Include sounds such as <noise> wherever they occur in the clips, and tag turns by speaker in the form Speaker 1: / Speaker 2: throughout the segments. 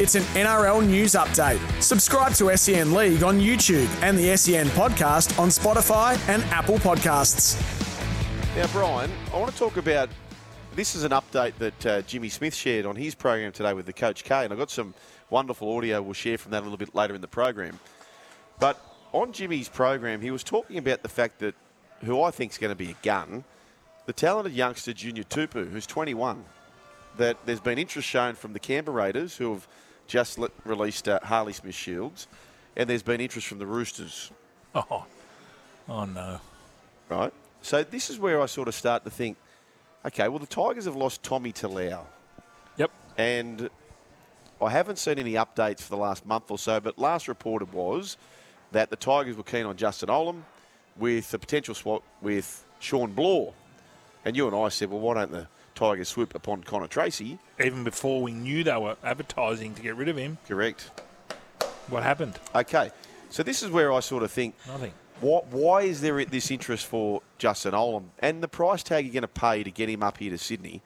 Speaker 1: It's an NRL news update. Subscribe to SEN League on YouTube and the SEN podcast on Spotify and Apple Podcasts.
Speaker 2: Now, Brian, I want to talk about this is an update that uh, Jimmy Smith shared on his program today with the coach K, and I've got some wonderful audio we'll share from that a little bit later in the program. But on Jimmy's program, he was talking about the fact that who I think is going to be a gun, the talented youngster Junior Tupu, who's 21, that there's been interest shown from the Canberra Raiders, who have just let, released uh, Harley Smith Shields, and there's been interest from the Roosters,
Speaker 3: Oh, oh no.
Speaker 2: right? So this is where I sort of start to think, okay, well the Tigers have lost Tommy Talau.
Speaker 3: Yep.
Speaker 2: and I haven't seen any updates for the last month or so. But last reported was that the Tigers were keen on Justin Olam with a potential swap with Sean Blaw. And you and I said, well, why don't the Tigers swoop upon Connor Tracy?
Speaker 3: Even before we knew they were advertising to get rid of him,
Speaker 2: Correct.
Speaker 3: what happened?
Speaker 2: Okay, so this is where I sort of think,
Speaker 3: Nothing.
Speaker 2: what, why is there this interest for Justin Olam and the price tag you're going to pay to get him up here to Sydney?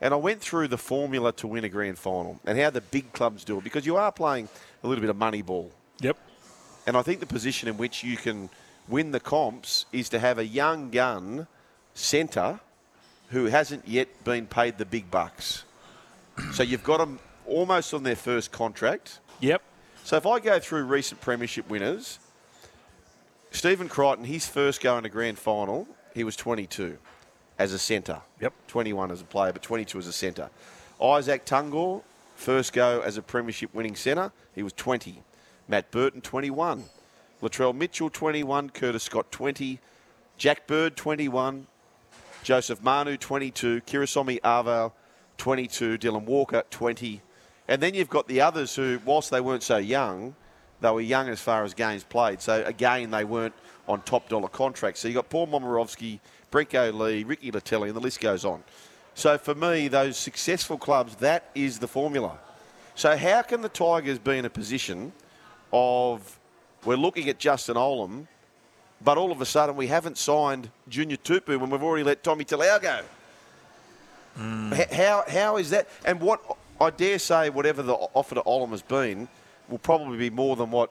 Speaker 2: And I went through the formula to win a grand final and how the big clubs do it because you are playing a little bit of money ball.
Speaker 3: Yep.
Speaker 2: And I think the position in which you can win the comps is to have a young gun centre who hasn't yet been paid the big bucks. So you've got them almost on their first contract.
Speaker 3: Yep.
Speaker 2: So if I go through recent premiership winners, Stephen Crichton, his first go in a grand final, he was 22 as a centre.
Speaker 3: Yep.
Speaker 2: 21 as a player, but 22 as a centre. Isaac Tungor, first go as a premiership winning centre, he was 20. Matt Burton, 21. Latrell Mitchell, 21. Curtis Scott, 20. Jack Bird, 21. Joseph Manu, 22. Kirisomi Arval, 22. Dylan Walker, 20. And then you've got the others who, whilst they weren't so young, they were young as far as games played. So again, they weren't on top dollar contracts. So you've got Paul Momorowski, Brinko Lee, Ricky Latelli, and the list goes on. So for me, those successful clubs, that is the formula. So how can the Tigers be in a position of we're looking at Justin Olam, but all of a sudden we haven't signed Junior Tupu when we've already let Tommy Talau go?
Speaker 3: Hmm.
Speaker 2: H- How how is that? And what I dare say, whatever the offer to Olam has been, will probably be more than what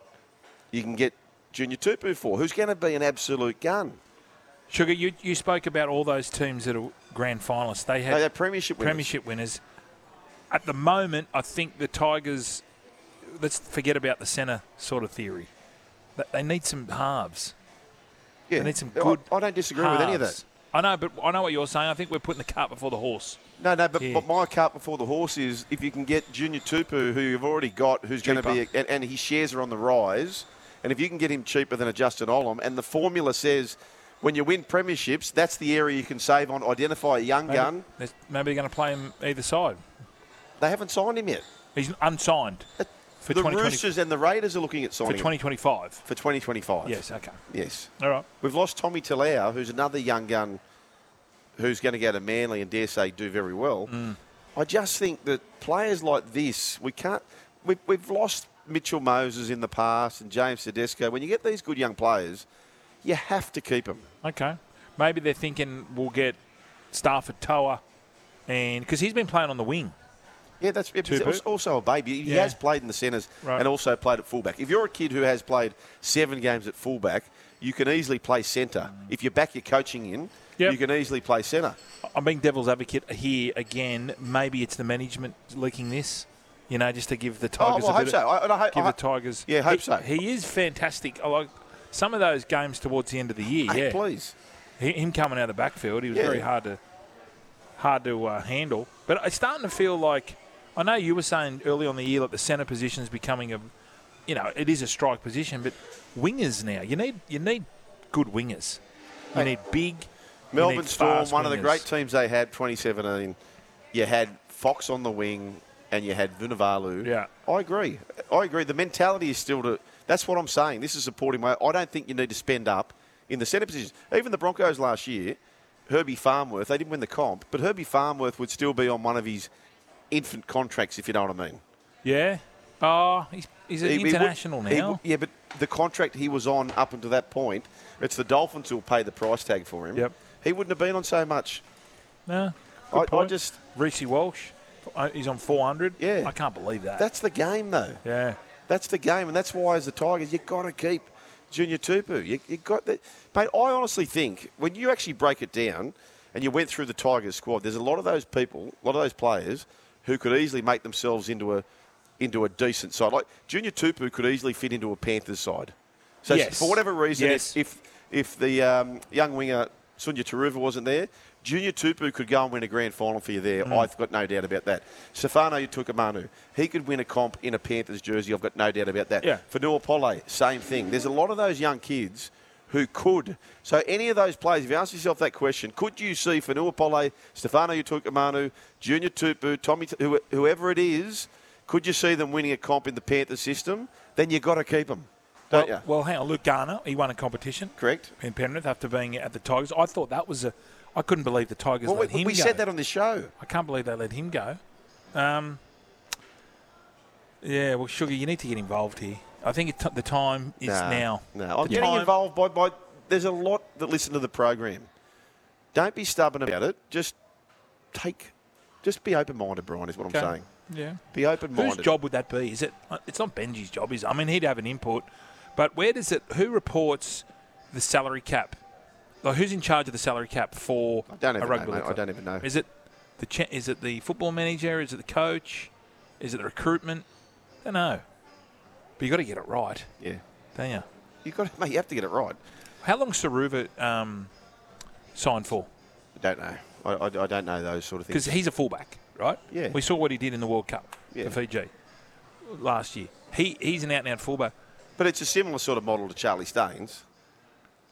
Speaker 2: you can get Junior Tupu for. Who's going to be an absolute gun?
Speaker 3: Sugar, you, you spoke about all those teams that are grand finalists. They had
Speaker 2: No, they're premiership winners.
Speaker 3: premiership winners. At the moment, I think the Tigers. Let's forget about the centre sort of theory. They- They need some halves.
Speaker 2: Yeah.
Speaker 3: They need some
Speaker 2: I-
Speaker 3: good.
Speaker 2: I, don't disagree with any of that.
Speaker 3: halves. I know, but I know what you're saying. I think we're putting the cart before the horse.
Speaker 2: No, no, but,
Speaker 3: Yeah.
Speaker 2: but my cart before the horse is if you can get Junior Tupu, who you've already got, who's going to be,
Speaker 3: Cheaper.
Speaker 2: and, and his shares are on the rise, and if you can get him cheaper than a Justin Olam, and the formula says when you win premierships, that's the area you can save on. Identify a young
Speaker 3: Maybe,
Speaker 2: gun.
Speaker 3: there's- Maybe they're going to play him either side.
Speaker 2: They haven't signed him yet.
Speaker 3: He's unsigned for
Speaker 2: the
Speaker 3: 2020
Speaker 2: Roosters and the Raiders are looking at
Speaker 3: for
Speaker 2: signing him
Speaker 3: 2025.
Speaker 2: for 2025.
Speaker 3: Yes. Okay.
Speaker 2: Yes.
Speaker 3: All right.
Speaker 2: We've lost Tommy Talau, who's another young gun who's going to go to Manly and dare say do very well.
Speaker 3: Mm.
Speaker 2: I just think that players like this, we can't. We've, we've lost Mitchell Moses in the past and James Tedesco. When you get these good young players, you have to keep them.
Speaker 3: Okay. Maybe they're thinking we'll get Stafford Toa, and because he's been playing on the wing.
Speaker 2: Yeah, that's
Speaker 3: Two
Speaker 2: he's
Speaker 3: boot.
Speaker 2: also a baby. He
Speaker 3: Yeah.
Speaker 2: has played in the centres
Speaker 3: Right.
Speaker 2: and also played at fullback. If you're a kid who has played seven games at fullback, you can easily play centre. If you back your coaching in,
Speaker 3: Yep.
Speaker 2: you can easily play centre.
Speaker 3: I'm being devil's advocate here again. Maybe it's the management leaking this, you know, just to give the
Speaker 2: Oh,
Speaker 3: Tigers
Speaker 2: well, I
Speaker 3: a
Speaker 2: hope
Speaker 3: bit
Speaker 2: so.
Speaker 3: of,
Speaker 2: I, and I hope,
Speaker 3: give
Speaker 2: I
Speaker 3: the
Speaker 2: hope-
Speaker 3: Tigers.
Speaker 2: Yeah, hope
Speaker 3: he,
Speaker 2: so.
Speaker 3: He is fantastic. I like some of those games towards the end of the year.
Speaker 2: Hey,
Speaker 3: yeah,
Speaker 2: please.
Speaker 3: Hi- him coming out of the backfield, he was
Speaker 2: Yeah.
Speaker 3: very hard to hard to uh, handle. But it's starting to feel like I know you were saying early on the year that the centre position is becoming a, you know, it is a strike position, but wingers now you need you need good wingers. You need big. you
Speaker 2: Melbourne
Speaker 3: need
Speaker 2: Storm,
Speaker 3: fast
Speaker 2: one of the
Speaker 3: wingers.
Speaker 2: great teams they had 2017. You had Fox on the wing and you had Vunivalu.
Speaker 3: Yeah.
Speaker 2: I agree. I agree. The mentality is still to. That's what I'm saying. This is supporting my. I don't think you need to spend up in the centre positions. Even the Broncos last year, Herbie Farmworth, they didn't win the comp, but Herbie Farmworth would still be on one of his infant contracts, if you know what I mean.
Speaker 3: Yeah. Oh, he's, he's an
Speaker 2: He- he would-
Speaker 3: international
Speaker 2: he
Speaker 3: now.
Speaker 2: would- yeah, but the contract he was on up until that point, it's the Dolphins who'll pay the price tag for him.
Speaker 3: Yep.
Speaker 2: He wouldn't have been on so much.
Speaker 3: no.
Speaker 2: I, I
Speaker 3: point.
Speaker 2: just.
Speaker 3: Reece Walsh. uh, he's on 400.
Speaker 2: Yeah.
Speaker 3: I can't believe that.
Speaker 2: That's the game, though.
Speaker 3: yeah.
Speaker 2: That's the game, and that's why, as the Tigers, you got to keep Junior Tupu. You, you got that, mate. I honestly think when you actually break it down, and you went through the Tigers squad, there's a lot of those people, a lot of those players, who could easily make themselves into a into a decent side. Like Junior Tupu could easily fit into a Panthers side. So
Speaker 3: Yes.
Speaker 2: for whatever reason,
Speaker 3: Yes.
Speaker 2: if if, if the um, young winger Sunya Taruva wasn't there. Junior Tupu could go and win a grand final for you there.
Speaker 3: Hmm.
Speaker 2: I've got no doubt about that. Stefano Yutukamanu, he could win a comp in a Panthers jersey. I've got no doubt about that.
Speaker 3: Yeah.
Speaker 2: For Pole, same thing. There's a lot of those young kids who could. So any of those players, if you ask yourself that question, could you see Fanua Pole, Stefano Yutukamanu, Junior Tupu, Tommy, who- whoever it is, could you see them winning a comp in the Panthers system? Then you got to keep them, don't
Speaker 3: well,
Speaker 2: you?
Speaker 3: well, hang on. Luke Garner, he won a competition
Speaker 2: Correct.
Speaker 3: in Penrith after being at the Tigers. I thought that was a. I couldn't believe the Tigers
Speaker 2: Well,
Speaker 3: let
Speaker 2: we,
Speaker 3: him
Speaker 2: we
Speaker 3: go.
Speaker 2: said that on the show.
Speaker 3: I can't believe they let him go. Um, yeah, well, Sugar, you need to get involved here. I think it t- the time is now.
Speaker 2: No, I'm
Speaker 3: The
Speaker 2: getting
Speaker 3: time-
Speaker 2: involved by, by. There's a lot that listen to the program. Don't be stubborn about it. Just take. Just be open minded, Brian, is what
Speaker 3: Okay.
Speaker 2: I'm saying.
Speaker 3: Yeah.
Speaker 2: Be open
Speaker 3: Whose
Speaker 2: minded.
Speaker 3: job would that be? Is it? It's not Benji's job. Is it? I mean, he'd have an input, but where does it? Who reports the salary cap? Like, who's in charge of the salary cap for
Speaker 2: I don't
Speaker 3: a
Speaker 2: even know,
Speaker 3: rugby
Speaker 2: mate.
Speaker 3: league
Speaker 2: I
Speaker 3: club?
Speaker 2: don't even know.
Speaker 3: Is it the cha- is it the football manager? Is it the coach? Is it the recruitment? I don't know. But you got to get it right,
Speaker 2: Yeah.
Speaker 3: don't you?
Speaker 2: You got to, mate, you have to get it right.
Speaker 3: How long Saruva um, signed for?
Speaker 2: I don't know. I, I, I don't know those sort of
Speaker 3: Because
Speaker 2: things.
Speaker 3: he's a fullback, right?
Speaker 2: Yeah.
Speaker 3: We saw what he did in the World Cup
Speaker 2: Yeah.
Speaker 3: for Fiji last year. He he's an out and out fullback.
Speaker 2: But it's a similar sort of model to Charlie Staines.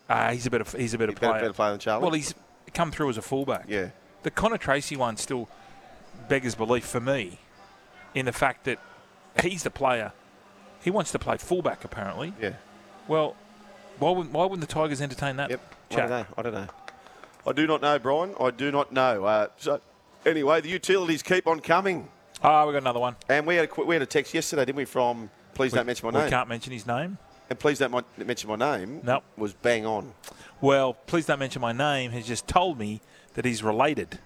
Speaker 3: Ah, he's a better he's a better
Speaker 2: He's a
Speaker 3: player.
Speaker 2: better, better player than Charlie.
Speaker 3: Well, he's come through as a fullback.
Speaker 2: yeah.
Speaker 3: The Connor Tracy one still beggars belief for me, in the fact that he's the player. He wants to play fullback apparently.
Speaker 2: Yeah.
Speaker 3: Well, why wouldn't why wouldn't the Tigers entertain that?
Speaker 2: Yep. I
Speaker 3: chat?
Speaker 2: don't know. I don't know. I do not know, Brian. I do not know. Uh, so, anyway, the utilities keep on coming.
Speaker 3: Ah, we got another one.
Speaker 2: And we had a, qu- we had a text yesterday, didn't we, from please don't mention my
Speaker 3: we
Speaker 2: name.
Speaker 3: can't mention his name.
Speaker 2: And please don't mon- mention my name.
Speaker 3: No.
Speaker 2: Was bang on.
Speaker 3: Well, please don't mention my name. Has just told me that he's related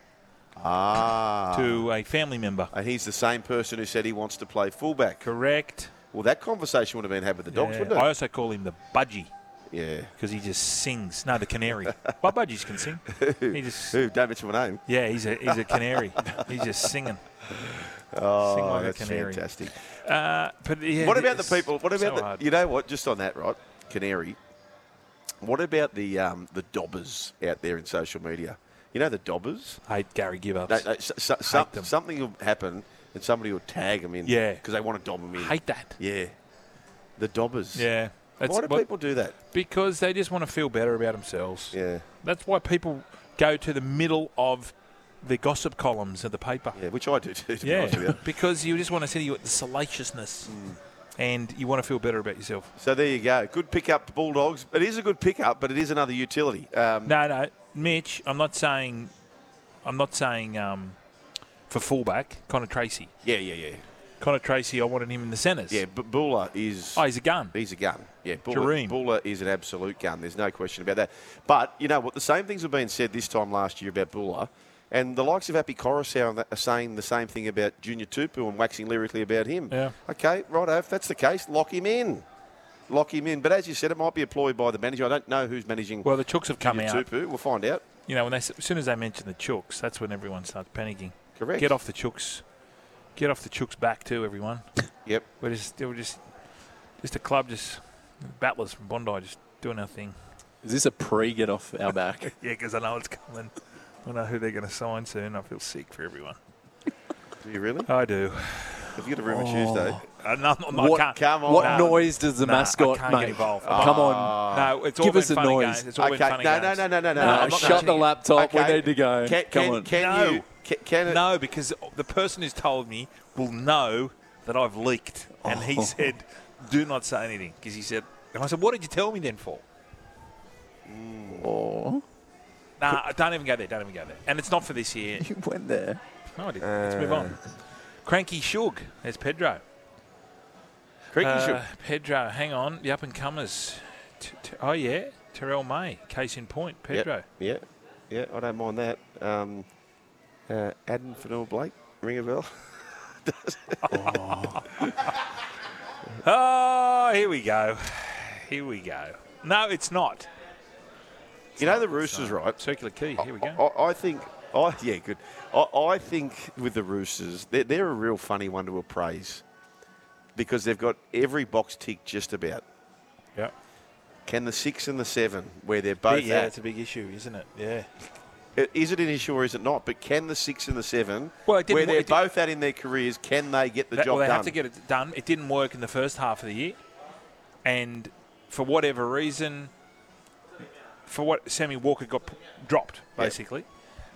Speaker 2: Ah.
Speaker 3: to a family member.
Speaker 2: And he's the same person who said he wants to play fullback.
Speaker 3: Correct.
Speaker 2: Well, that conversation would have been had with the dogs,
Speaker 3: Yeah.
Speaker 2: wouldn't it?
Speaker 3: I also call him the budgie
Speaker 2: yeah.
Speaker 3: because he just sings. No,
Speaker 2: <laughs>
Speaker 3: the canary. My budgies can sing. He just
Speaker 2: Who? Don't mention my name.
Speaker 3: Yeah, he's a he's
Speaker 2: <laughs>
Speaker 3: a canary. he's just singing.
Speaker 2: Oh,
Speaker 3: Sing like a
Speaker 2: that's
Speaker 3: canary. <laughs>
Speaker 2: fantastic.
Speaker 3: Uh, but yeah,
Speaker 2: What about the
Speaker 3: it's
Speaker 2: people? What
Speaker 3: so
Speaker 2: about
Speaker 3: hard.
Speaker 2: the, you know what? Just on that, right? Canary. What about the um, the dobbers out there in social media? You know the dobbers.
Speaker 3: hate Gary Gibbs?
Speaker 2: No, no, so, so, so,
Speaker 3: Hate them.
Speaker 2: something will happen and somebody will tag them in.
Speaker 3: Yeah.
Speaker 2: Because they want to dob them in.
Speaker 3: hate that.
Speaker 2: Yeah. The dobbers.
Speaker 3: Yeah, that's
Speaker 2: Why do
Speaker 3: what-
Speaker 2: people do that?
Speaker 3: because they just want to feel better about themselves.
Speaker 2: Yeah.
Speaker 3: That's why people go to the middle of the gossip columns of the paper.
Speaker 2: Yeah, which I do too, to be honest with
Speaker 3: Yeah,
Speaker 2: you.
Speaker 3: <laughs> because you just want to see you at the salaciousness,
Speaker 2: Mm.
Speaker 3: and you want to feel better about yourself.
Speaker 2: So there you go. Good pickup, Bulldogs. It is a good pickup, but it is another utility. Um,
Speaker 3: No, no, Mitch, I'm not saying, I'm not saying um, for fullback Connor Tracy.
Speaker 2: Yeah, yeah, yeah.
Speaker 3: Connor Tracy, I wanted him in the centres.
Speaker 2: Yeah, but Buller is.
Speaker 3: Oh, he's a gun.
Speaker 2: He's a gun. Yeah, Buller,
Speaker 3: Jareem.
Speaker 2: Buller is an absolute gun. There's no question about that. But you know what? The same things have been said this time last year about Buller, and the likes of Happy Coruscant are saying the same thing about Junior Tupu and waxing lyrically about him.
Speaker 3: Yeah.
Speaker 2: Okay, righto. If that's the case, lock him in. Lock him in. But as you said, it might be employed by the manager. I don't know who's managing
Speaker 3: Well, the chooks have come
Speaker 2: Junior
Speaker 3: out.
Speaker 2: Tupu. We'll find out.
Speaker 3: You know, when they, as soon as they mention the chooks, that's when everyone starts panicking.
Speaker 2: Correct.
Speaker 3: Get off the chooks. Get off the chooks back too, everyone.
Speaker 2: Yep.
Speaker 3: We're just, we're just, just a club, just battlers from Bondi, just doing our thing.
Speaker 4: Is this a pre get off
Speaker 3: <laughs>
Speaker 4: our back?
Speaker 3: Yeah, because I know it's coming. I know who they're going to sign soon. I feel sick for everyone.
Speaker 2: Do you really?
Speaker 3: I do.
Speaker 2: Have you got a room on
Speaker 4: Oh.
Speaker 2: Tuesday?
Speaker 3: I, Uh, no, I'm not- I
Speaker 4: what
Speaker 3: can't.
Speaker 2: Come on.
Speaker 4: what
Speaker 2: Nah.
Speaker 4: noise does the
Speaker 3: Nah, I
Speaker 4: mascot
Speaker 3: can't
Speaker 4: make?
Speaker 3: get involved. Oh.
Speaker 4: Come on. <laughs>
Speaker 3: No, it's all
Speaker 4: Give
Speaker 3: been
Speaker 4: us a
Speaker 3: fun and
Speaker 4: noise.
Speaker 3: games. It's all been fun
Speaker 2: Okay. No,
Speaker 3: and
Speaker 2: no,
Speaker 3: games.
Speaker 2: no, no, no, no.
Speaker 4: Nah,
Speaker 2: I'm not
Speaker 4: shut the
Speaker 2: mentioning it.
Speaker 4: laptop. We
Speaker 2: Okay.
Speaker 4: need to go.
Speaker 2: Can,
Speaker 4: Come
Speaker 2: can,
Speaker 4: on.
Speaker 2: can
Speaker 3: No.
Speaker 2: you? Can, can it,
Speaker 3: No, because the person who's told me will know that I've leaked. And he said, do not say anything. Because he said, and I said, what did you tell me then for?
Speaker 4: Oh,
Speaker 3: Nah, don't even go there. Don't even go there. And it's not for this year.
Speaker 4: you went there.
Speaker 3: No, I didn't. Let's move on. Cranky Shug. There's Pedro.
Speaker 2: Cricket
Speaker 3: Uh,
Speaker 2: should-
Speaker 3: Pedro, hang on. The up and comers. T- t- oh, yeah. Terrell May. Case in point. Pedro.
Speaker 2: Yeah, yeah, yeah, I don't mind that. Um, uh, Adam Fanil Blake, Ring a
Speaker 3: <laughs>
Speaker 2: bell?
Speaker 3: Oh, here we go. Here we go. No, it's not.
Speaker 2: you know the Roosters, right?
Speaker 3: Circular key. Here we go.
Speaker 2: I, I think. I, yeah, good. I, I think with the Roosters, they're, they're a real funny one to appraise because they've got every box ticked just about.
Speaker 3: Yeah.
Speaker 2: Can the six and the seven, where they're both
Speaker 3: yeah,
Speaker 2: at,
Speaker 3: it's a big issue, isn't it? Yeah.
Speaker 2: i- is it an issue or is it not? But can the six and the seven,
Speaker 3: Well, it didn't
Speaker 2: where
Speaker 3: wo-
Speaker 2: they're
Speaker 3: it didn't-
Speaker 2: both at in their careers, can they get the
Speaker 3: That-
Speaker 2: job
Speaker 3: well, they
Speaker 2: done?
Speaker 3: have to get it done. It didn't work in the first half of the year, and for whatever reason, for what Sammy Walker got p- dropped basically,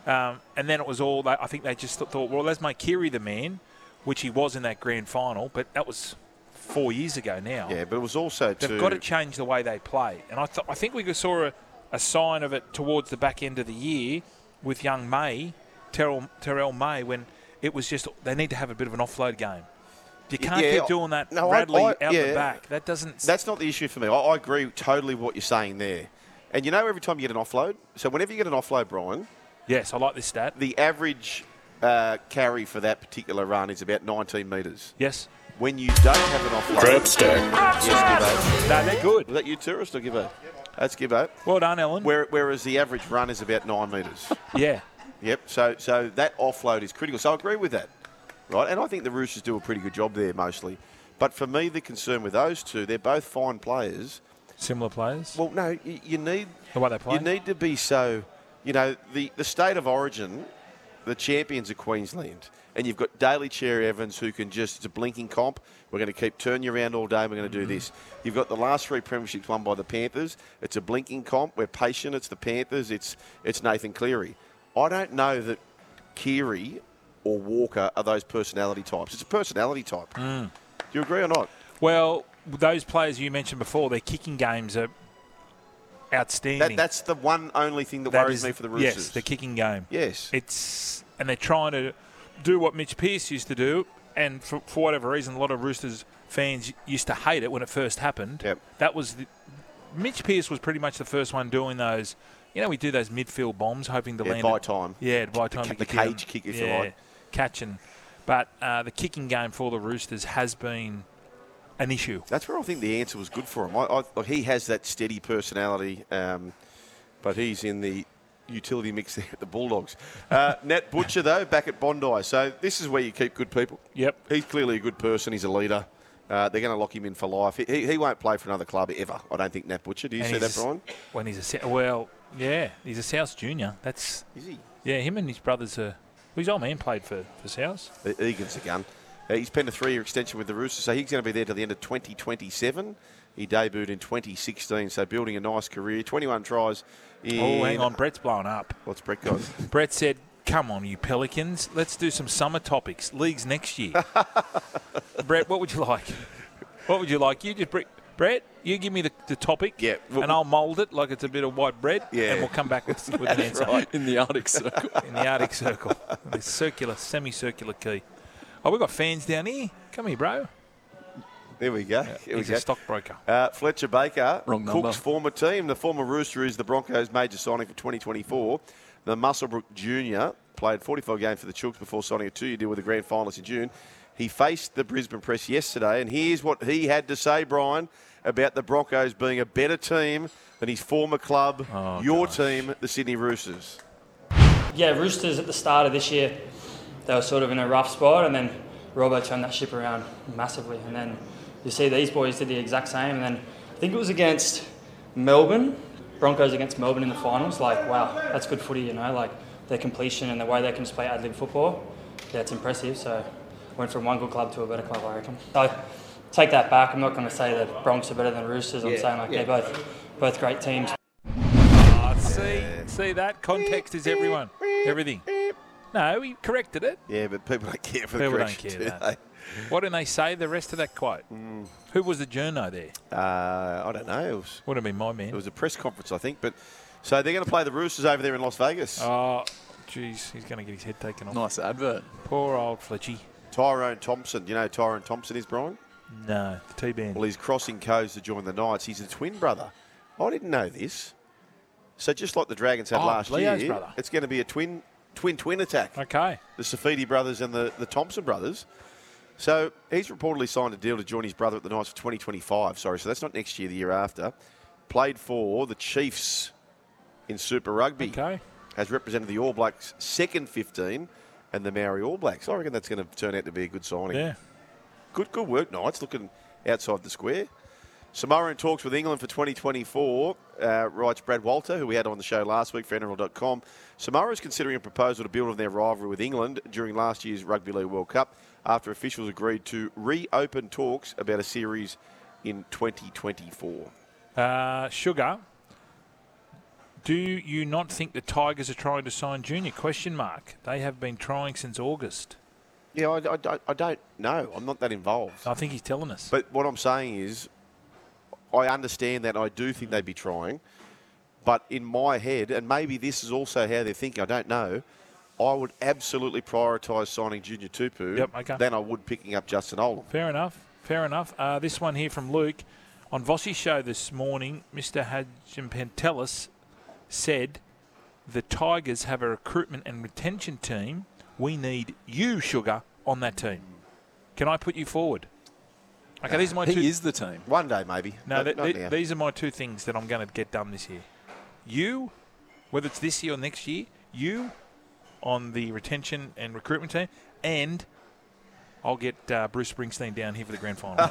Speaker 3: um, and then it was all. They, I think they just thought, well, let's make Kiri the man, which he was in that grand final, but that was four years ago now.
Speaker 2: yeah, but it was also
Speaker 3: They've
Speaker 2: to,
Speaker 3: got to change the way they play. And I, th- I think we saw a, a sign of it towards the back end of the year with young May, Terrell, Terrell May, when it was just they need to have a bit of an offload game. You can't
Speaker 2: yeah,
Speaker 3: keep doing that
Speaker 2: no, I-
Speaker 3: Radley
Speaker 2: I-
Speaker 3: out
Speaker 2: yeah.
Speaker 3: the back. That doesn't.
Speaker 2: That's not the issue for me. I, I agree totally with what you're saying there. And you know, every time you get an offload, so whenever you get an offload, Brian,
Speaker 3: yes, I like this stat.
Speaker 2: the average uh, carry for that particular run is about 19 metres.
Speaker 3: Yes.
Speaker 2: When you don't have an offload,
Speaker 5: Crab stack.
Speaker 2: yes, Gibbo.
Speaker 3: No, they're
Speaker 2: Was
Speaker 3: good.
Speaker 2: that you, tourist, or Gibbo? That's Gibbo.
Speaker 3: Well done, Ellen.
Speaker 2: Where, whereas the average run is about nine metres.
Speaker 3: yeah.
Speaker 2: Yep. So so that offload is critical. So I agree with that, right? And I think the Roosters do a pretty good job there mostly. But for me, the concern with those two, they're both fine players.
Speaker 3: Similar players.
Speaker 2: Well, no, you, you need
Speaker 3: the way they play.
Speaker 2: you need to be so, you know, the, the state of origin, the champions are Queensland. And you've got Daly Cherry Evans who can just, it's a blinking comp. We're going to keep turning you around all day. We're going
Speaker 3: Mm-hmm.
Speaker 2: to do this. You've got the last three premierships won by the Panthers. It's a blinking comp. We're patient. It's the Panthers. It's, it's Nathan Cleary. I don't know that Cleary or Walker are those personality types. It's a personality type.
Speaker 3: Mm.
Speaker 2: Do you agree or not?
Speaker 3: well, those players you mentioned before, their kicking games are
Speaker 2: That,
Speaker 3: outstanding.
Speaker 2: that's the one only thing that,
Speaker 3: That
Speaker 2: worries
Speaker 3: is-
Speaker 2: me for the Roosters.
Speaker 3: Yes, the kicking game.
Speaker 2: Yes.
Speaker 3: It's and they're trying to do what Mitch Pearce used to do, and for, for whatever reason, a lot of Roosters fans used to hate it when it first happened.
Speaker 2: Yep.
Speaker 3: That was the, Mitch Pearce was pretty much the first one doing those. You know, we do those midfield bombs, hoping to
Speaker 2: Yeah,
Speaker 3: land
Speaker 2: by
Speaker 3: it-
Speaker 2: time.
Speaker 3: Yeah, by time
Speaker 2: ca-
Speaker 3: you
Speaker 2: the
Speaker 3: could get
Speaker 2: cage
Speaker 3: them-
Speaker 2: kick, if you like.
Speaker 3: catching. But uh, the kicking game for the Roosters has been an issue.
Speaker 2: That's where I think the answer was good for him. I, I, like, he has that steady personality, um, but he's in the utility mix <laughs> there at the Bulldogs. Uh, Nat Butcher, though, back at Bondi. So this is where you keep good people.
Speaker 3: Yep.
Speaker 2: He's clearly a good person. He's a leader. Uh, they're going to lock him in for life. He, he, he won't play for another club ever. I don't think Nat Butcher. Do you see
Speaker 3: he's
Speaker 2: that,
Speaker 3: a s-
Speaker 2: Brian?
Speaker 3: When he's a Sou- well, yeah, he's a South junior. That's
Speaker 2: Is he?
Speaker 3: yeah, him and his brothers are. Well, his old man played for for South.
Speaker 2: E- Egan's a gun. Uh, he's penned a three-year extension with the Roosters, so he's going to be there till the end of 2027. He debuted in 2016, so building a nice career. 21 tries. In,
Speaker 3: Oh, hang on, Brett's blown up.
Speaker 2: What's Brett got?
Speaker 3: Brett said, "Come on, you Pelicans, let's do some summer topics. Leagues
Speaker 2: <laughs>
Speaker 3: next year." Brett, what would you like? What would you like? You just bring, Brett, you give me the, the topic,
Speaker 2: Yeah, well-
Speaker 3: and I'll mould it like it's a bit of white bread,
Speaker 2: Yeah.
Speaker 3: and we'll
Speaker 2: <laughs>
Speaker 3: come back with, with an answer
Speaker 4: in the Arctic Circle.
Speaker 3: <laughs> in the Arctic Circle, the circular, semicircular key. Oh, we've got fans down here. Come here, bro.
Speaker 2: There we go. There we
Speaker 3: He's
Speaker 2: go.
Speaker 3: a stockbroker.
Speaker 2: Uh, Fletcher Baker,
Speaker 4: Wrong
Speaker 2: Cook's
Speaker 4: number.
Speaker 2: former team, the former Rooster, is the Broncos' major signing for 2024. The Musselbrook Junior played 45 games for the Chooks before signing a two-year deal with the Grand Finalists in June. He faced the Brisbane Press yesterday, and here's what he had to say, Brian, about the Broncos being a better team than his former club,
Speaker 3: Oh,
Speaker 2: your team, the Sydney Roosters.
Speaker 6: Yeah, Roosters at the start of this year, they were sort of in a rough spot, and then Robo turned that ship around massively. And then you see these boys did the exact same. And then I think it was against Melbourne, Broncos against Melbourne in the finals. Like, wow, that's good footy, you know, like their completion and the way they can just play ad lib football. Yeah, it's impressive. So went from one good club to a better club, I reckon. So take that back. I'm not going to say the Bronx are better than Roosters. I'm saying like they're both both great teams.
Speaker 3: Ah, see, see that context is everyone, everything. No, he corrected it.
Speaker 2: Yeah, but people don't care for the
Speaker 3: People don't
Speaker 2: correction,
Speaker 3: care,
Speaker 2: do
Speaker 3: no.
Speaker 2: they?
Speaker 3: Why didn't they say the rest of that quote?
Speaker 2: Mm.
Speaker 3: Who was the journo there?
Speaker 2: Uh, I don't know. It was,
Speaker 3: Would have been my
Speaker 2: it
Speaker 3: man.
Speaker 2: was a press conference, I think. But so they're going to play the Roosters over there in Las Vegas.
Speaker 3: Oh, jeez, he's going to get his head taken off.
Speaker 4: nice advert.
Speaker 3: Poor old Fletchy.
Speaker 2: Tyrone Thompson. You know who Tyrone Thompson is, Brian?
Speaker 3: No, the T band.
Speaker 2: Well, he's crossing codes to join the Knights. He's a twin brother. I didn't know this. So just like the Dragons had
Speaker 3: Oh,
Speaker 2: last
Speaker 3: Leo's
Speaker 2: year,
Speaker 3: brother.
Speaker 2: it's going to be a twin twin twin attack.
Speaker 3: Okay.
Speaker 2: The Safidi brothers and the, the Thompson brothers. So he's reportedly signed a deal to join his brother at the Knights for 2025. Sorry, so that's not next year, the year after. Played for the Chiefs in Super Rugby.
Speaker 3: Okay.
Speaker 2: Has represented the All Blacks second 15 and the Maori All Blacks. I reckon that's going to turn out to be a good signing.
Speaker 3: Yeah.
Speaker 2: Good, good work, Knights, looking outside the square. Samoa in talks with England for 2024, uh, writes Brad Walter, who we had on the show last week for NRL.com. Samoa is considering a proposal to build on their rivalry with England during last year's Rugby League World Cup after officials agreed to reopen talks about a series in 2024.
Speaker 3: Uh, Sugar, do you not think the Tigers are trying to sign Junior? Question mark. They have been trying since August.
Speaker 2: Yeah, I, I- I- I don't know. I'm not that involved.
Speaker 3: I think he's telling us.
Speaker 2: But what I'm saying is, I understand that. I do think they'd be trying. But in my head, and maybe this is also how they're thinking, I don't know, I would absolutely prioritise signing Junior Tupu
Speaker 3: Yep, okay.
Speaker 2: than I would picking up Justin Olam.
Speaker 3: Fair enough. Fair enough. Uh, this one here from Luke. On Vossi's show this morning, Mr. Hadjimpentelis said, The Tigers have a recruitment and retention team. We need you, Sugar, on that team. Can I put you forward? Okay, these are my two.
Speaker 4: He is the team.
Speaker 2: One day, maybe.
Speaker 3: no,
Speaker 2: Not-
Speaker 3: th-
Speaker 2: not
Speaker 3: th-
Speaker 2: now.
Speaker 3: these are my two things that I'm going to get done this year. You, whether it's this year or next year, you on the retention and recruitment team, and I'll get uh, Bruce Springsteen down here for the
Speaker 2: <laughs>
Speaker 3: grand final.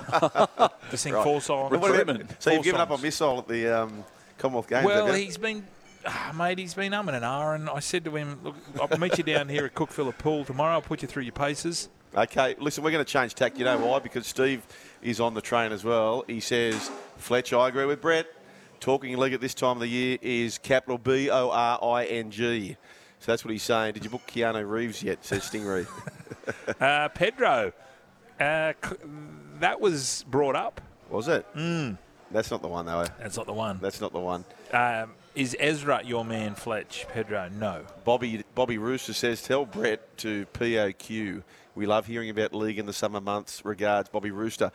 Speaker 3: to sing four songs.
Speaker 2: Well, what about-
Speaker 4: Recruitment.
Speaker 2: so
Speaker 3: Four
Speaker 2: you've given up
Speaker 3: songs.
Speaker 2: on missile at the um, Commonwealth Games. have
Speaker 3: Well,
Speaker 2: you?
Speaker 3: he's been, ah, mate, he's been umming and ahhing. And I said to him, look, I'll meet you down here at Cookville Pool tomorrow. I'll put you through your paces.
Speaker 2: Okay, listen, we're going to change tack. You know why? Because Steve is on the train as well. He says, Fletch, I agree with Brett. Talking league at this time of the year is capital B O R I N G. So that's what he's saying. Did you book Keanu Reeves yet? Says Stingray.
Speaker 3: Uh, Pedro, uh, c- that was brought up.
Speaker 2: Was it? Mm. That's not the one, though. eh?
Speaker 3: That's not the one.
Speaker 2: That's not the one.
Speaker 3: Um, is Ezra your man, Fletch? Pedro, no.
Speaker 2: Bobby Bobby Rooster says, tell Brett to POQ. We love hearing about league in the summer months. Regards, Bobby Rooster.